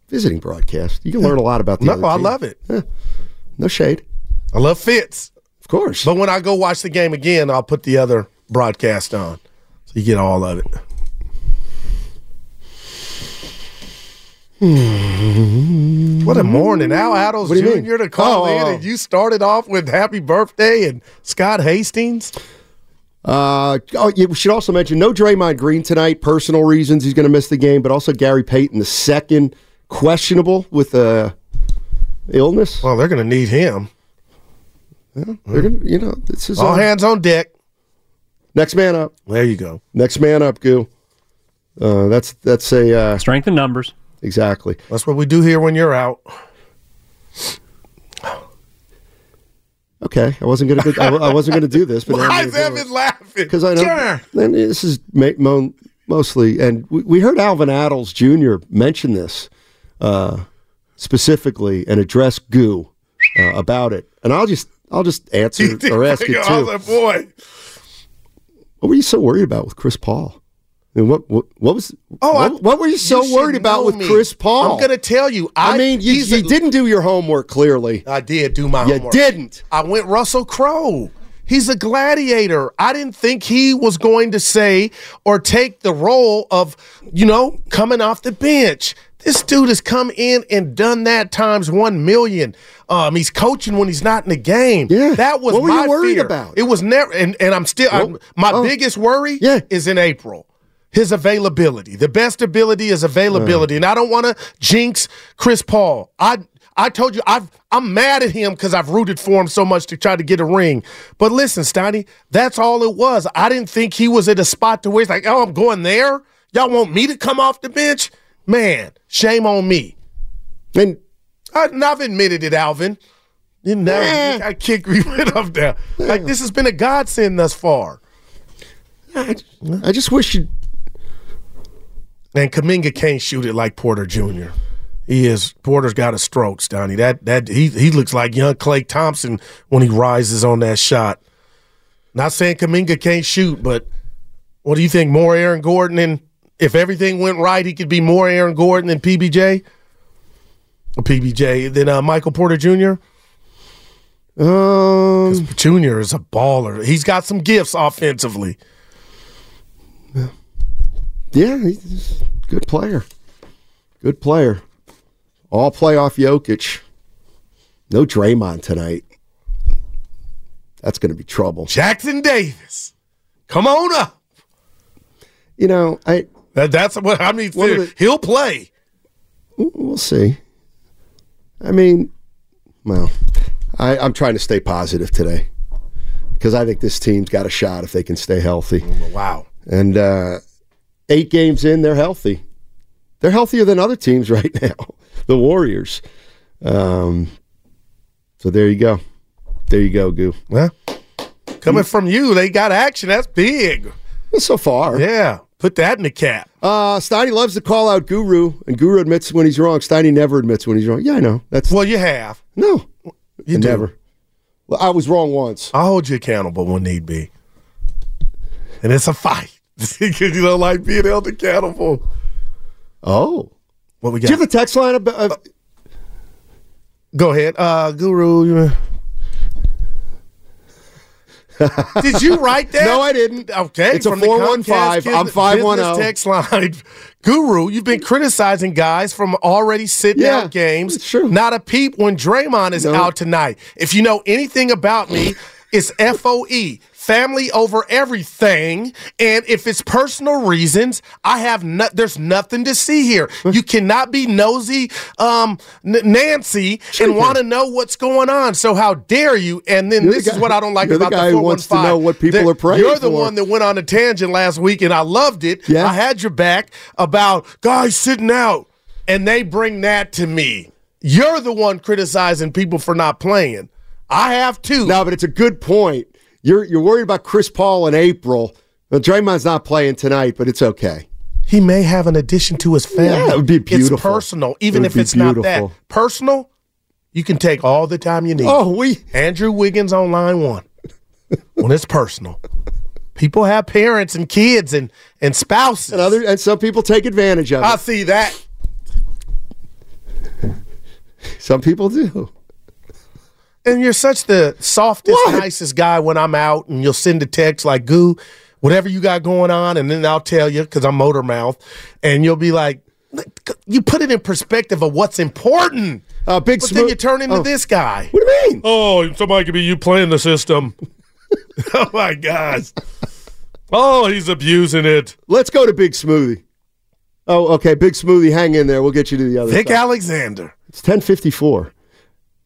visiting broadcast. You can learn a lot about the No, other I team. love it. Yeah. No shade. I love Fitz. Of course. But when I go watch the game again, I'll put the other broadcast on. So you get all of it. What a morning. Al Adams Hmm. What do you mean? Jr. to call Oh, in, oh, and you started off with happy birthday and Scott Hastings. Uh, oh, yeah, we should also mention no Draymond Green tonight. Personal reasons he's going to miss the game, but also Gary Payton the second questionable with a illness. Well, they're going to need him. they're going to, you know, this is All hands on deck. Next man up. There you go. Next man up, Goo. Uh, that's that's a uh, strength in numbers. Exactly. That's what we do here when you're out. Okay, I wasn't gonna. Go, I, I wasn't gonna do this, but now I'm Why gonna is do it. Evan laughing? because I know Sure. and this is ma- mo- mostly, and we, we heard Alvin Addles Jr. mention this uh, specifically and address goo uh, about it, and I'll just I'll just answer or ask it I too. was like, boy. What were you so worried about with Chris Paul? And what what what was Oh, I- what, what were you so should worried about know with me. Chris Paul? I'm gonna tell you. I, I, mean, you, he's you a- didn't do your homework clearly. I did do my You homework. didn't. I went Russell Crowe. He's a gladiator. I didn't think he was going to say or take the role of, you know, coming off the bench. This dude has come in and done that times one million. Um, he's coaching when he's not in the game. Yeah. That was What were you my worried fear. about? It was never, and, and I'm still. I'm, Well, my oh. biggest worry is in April. His availability. The best ability is availability, and I don't want to jinx Chris Paul. I I told you I've I'm mad at him because I've rooted for him so much to try to get a ring. But listen, Steiny, that's all it was. I didn't think he was at a spot to where he's like, oh, I'm going there. Y'all want me to come off the bench? Man, shame on me. And, I, and I've admitted it, Alvin. You know, I kicked me right up there. Like this has been a godsend thus far. I just wish you. And Kaminga can't shoot it like Porter Jr. He is Porter's got a stroke, Donnie. That that he he looks like young Clay Thompson when he rises on that shot. Not saying Kaminga can't shoot, but what do you think? More Aaron Gordon and if everything went right, he could be more Aaron Gordon than PBJ. PBJ than uh, Michael Porter Jr. Um, Jr. is a baller. He's got some gifts offensively. Yeah, he's a good player. Good player. All playoff Jokic. No Draymond tonight. That's going to be trouble. Jackson Davis, come on up. You know, I That, that's what I mean. One of the- he'll play. we'll see. I mean, well, I, I'm trying to stay positive today because I think this team's got a shot if they can stay healthy. Wow. And uh, eight games in, they're healthy. They're healthier than other teams right now, the Warriors. Um, so there you go. There you go, Goo. Well, Coming from you, they got action. That's big. so far. Yeah. Put that in the cap. Uh, Steiny loves to call out Guru, and Guru admits when he's wrong. Steiny never admits when he's wrong. Yeah, I know. That's well, you have. No, you I do. never. Well, I was wrong once. I'll hold you accountable when need be. And it's a fight. Because you don't like being held accountable. Oh. What we Do you have the text line? About, uh, Go ahead. Uh, Guru, you. Did you write that? No, I didn't. Okay, It's a from the 415. Comcast Kids I'm oh. 510. Business Text line, Guru, you've been criticizing guys from already sitting out games. Not a peep when Draymond is out tonight. If you know anything about me, it's FOE. Family over everything, and if it's personal reasons, I have no, there's nothing to see here. You cannot be nosy, um, N- Nancy, and want to know what's going on. So how dare you? And then You're the this guy- is what I don't like you're the about the, guy who wants to 415. know what people That- are praying You're the for. one that went on a tangent last week, and I loved it. Yeah. I had your back about guys sitting out, and they bring that to me. You're the one criticizing people for not playing. I have too. No, but it's a good point. You're you're worried about Chris Paul in April. Well, Draymond's not playing tonight, but it's okay. He may have an addition to his family. Yeah, it would be beautiful. It's personal, It even would if be it's not beautiful. that personal. You can take all the time you need. Oh, we Andrew Wiggins on line one. when it's personal, people have parents and kids and and spouses. And other and some people take advantage of it. I see that. some people do. And you're such the softest, nicest guy when I'm out, and you'll send a text like, "Goo, whatever you got going on," and then I'll tell you because I'm motor mouth, and you'll be like, "You put it in perspective of what's important." Uh, big but then Smo- you turn into Oh. this guy. What do you mean? Oh, somebody could be you playing the system. oh my gosh. Oh, he's abusing it. Let's go to Big Smoothie. Oh, okay, Big Smoothie, hang in there. We'll get you to the other. Vic side. Alexander. It's ten fifty four.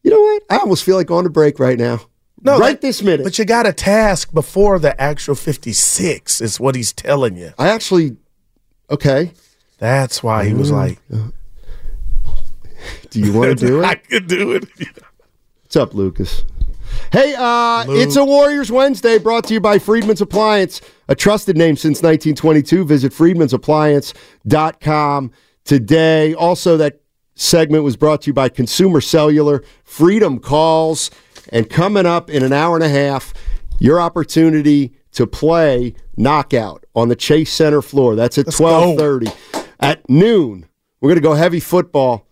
You know what? I almost feel like going to break right now. No, right that- this minute. But you got a task before the actual 56 is what he's telling you. I actually, okay. That's why he was like, Do you want to do it? I could do it. What's up, Lucas? Hey, uh, it's a Warriors Wednesday brought to you by Freedman's Appliance, a trusted name since 1922. Visit freedmansappliance.com today. Also, that segment was brought to you by Consumer Cellular, Freedom Calls, and coming up in an hour and a half, your opportunity to play knockout on the Chase Center floor. That's at twelve thirty. At noon, we're going to go heavy football.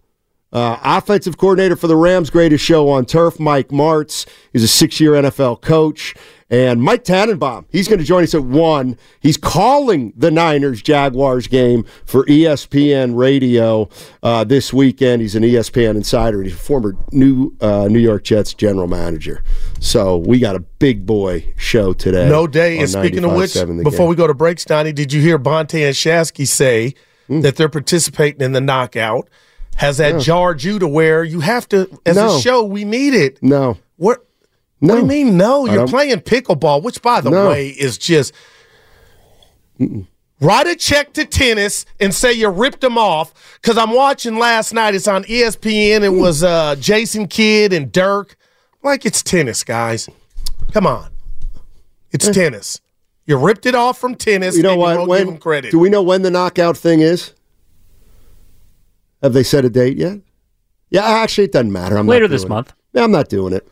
Uh, offensive coordinator for the Rams' greatest show on turf, Mike Martz. He's a six year NFL coach. And Mike Tannenbaum, he's going to join us at one. He's calling the Niners Jaguars game for E ESPN radio uh, this weekend. He's an E ESPN insider and he's a former New, uh, New York Jets general manager. So we got a big boy show today. No day. on And speaking of which, 95.7 The before Game. we go to break, Stoney, did you hear Bonte and Shasky say that they're participating in the knockout? Has that Hmm. Yeah. jarred you to where you have to, as No. a show, we need it? No. What, no. what do you mean, no? I You're don't- playing pickleball, which, by the No. way, is just. Write a check to tennis and say you ripped them off. Cause I'm watching last night. It's on E ESPN. It Mm. was uh, Jason Kidd and Dirk. Like it's tennis, guys. Come on, it's tennis. You ripped it off from tennis. Eh. You know and what? You won't When- give them credit. Do we know when the knockout thing is? Have they set a date yet? Yeah, actually, it doesn't matter. I'm not Later this doing it. month. Yeah, I'm not doing it.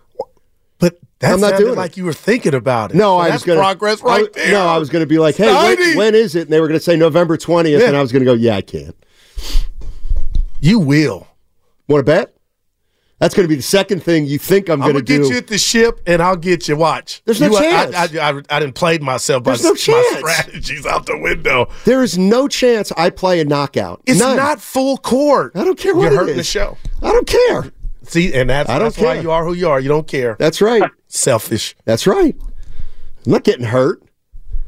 But that I'm not sounded doing like you were thinking about it. it. No, So I was that's going progress right there. No, I was going to be like, hey, Stiney! when, when is it? And they were going to say November 20th, Yeah. and I was going to go, yeah, I can't. You will. Want to bet? That's going to be the second thing you think I'm I'm going to gonna get do. you at the ship, and I'll get you. Watch. There's no You- I- chance. I, I, I, I didn't play myself. There's by, no my chance. strategies out the window. There is no chance I play a knockout. It's None. not full court. I don't care You're what it hurting the is. show. I don't care. See, and that's, I don't that's why care. you are who you are. You don't care. That's right. Selfish. That's right. I'm not getting hurt.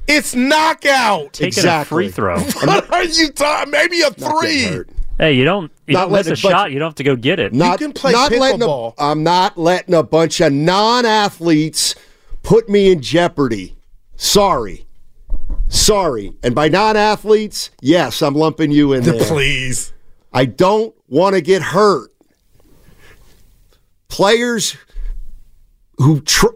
It's knockout. Taking a Exactly. free throw. what are you talking? Maybe a three. Hey, you don't you Not don't miss letting a it budge- shot. You don't have to go get it. Not, not letting a- I'm not letting a bunch of non-athletes put me in jeopardy. Sorry, sorry. And by non-athletes, yes, I'm lumping you in there. Please. I don't want to get hurt. Players who tr-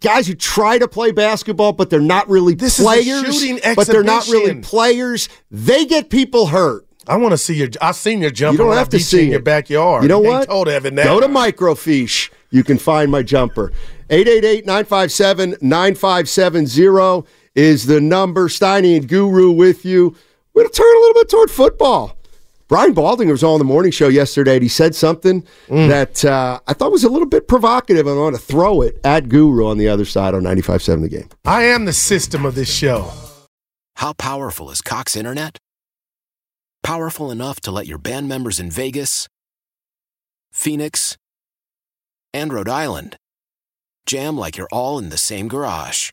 guys who try to play basketball, but they're not really This is a players. shooting but they're not really exhibition. players. They get people hurt. I want to see your. I've seen your jumper. You don't when I have to beat you see in your it. backyard. You know Ain't what? Told Evan that. Go to microfiche. You can find my jumper. 888-957-9570 is the number. Steiny and Guru with you. We're going to turn a little bit toward football. Brian Baldinger was on the morning show yesterday, and he said something Mm. that uh, I thought was a little bit provocative, and I want to throw it at Guru on the other side on 95.7 The Game. I am the system of this show. How powerful is Cox Internet? Powerful enough to let your band members in Vegas, Phoenix, and Rhode Island jam like you're all in the same garage.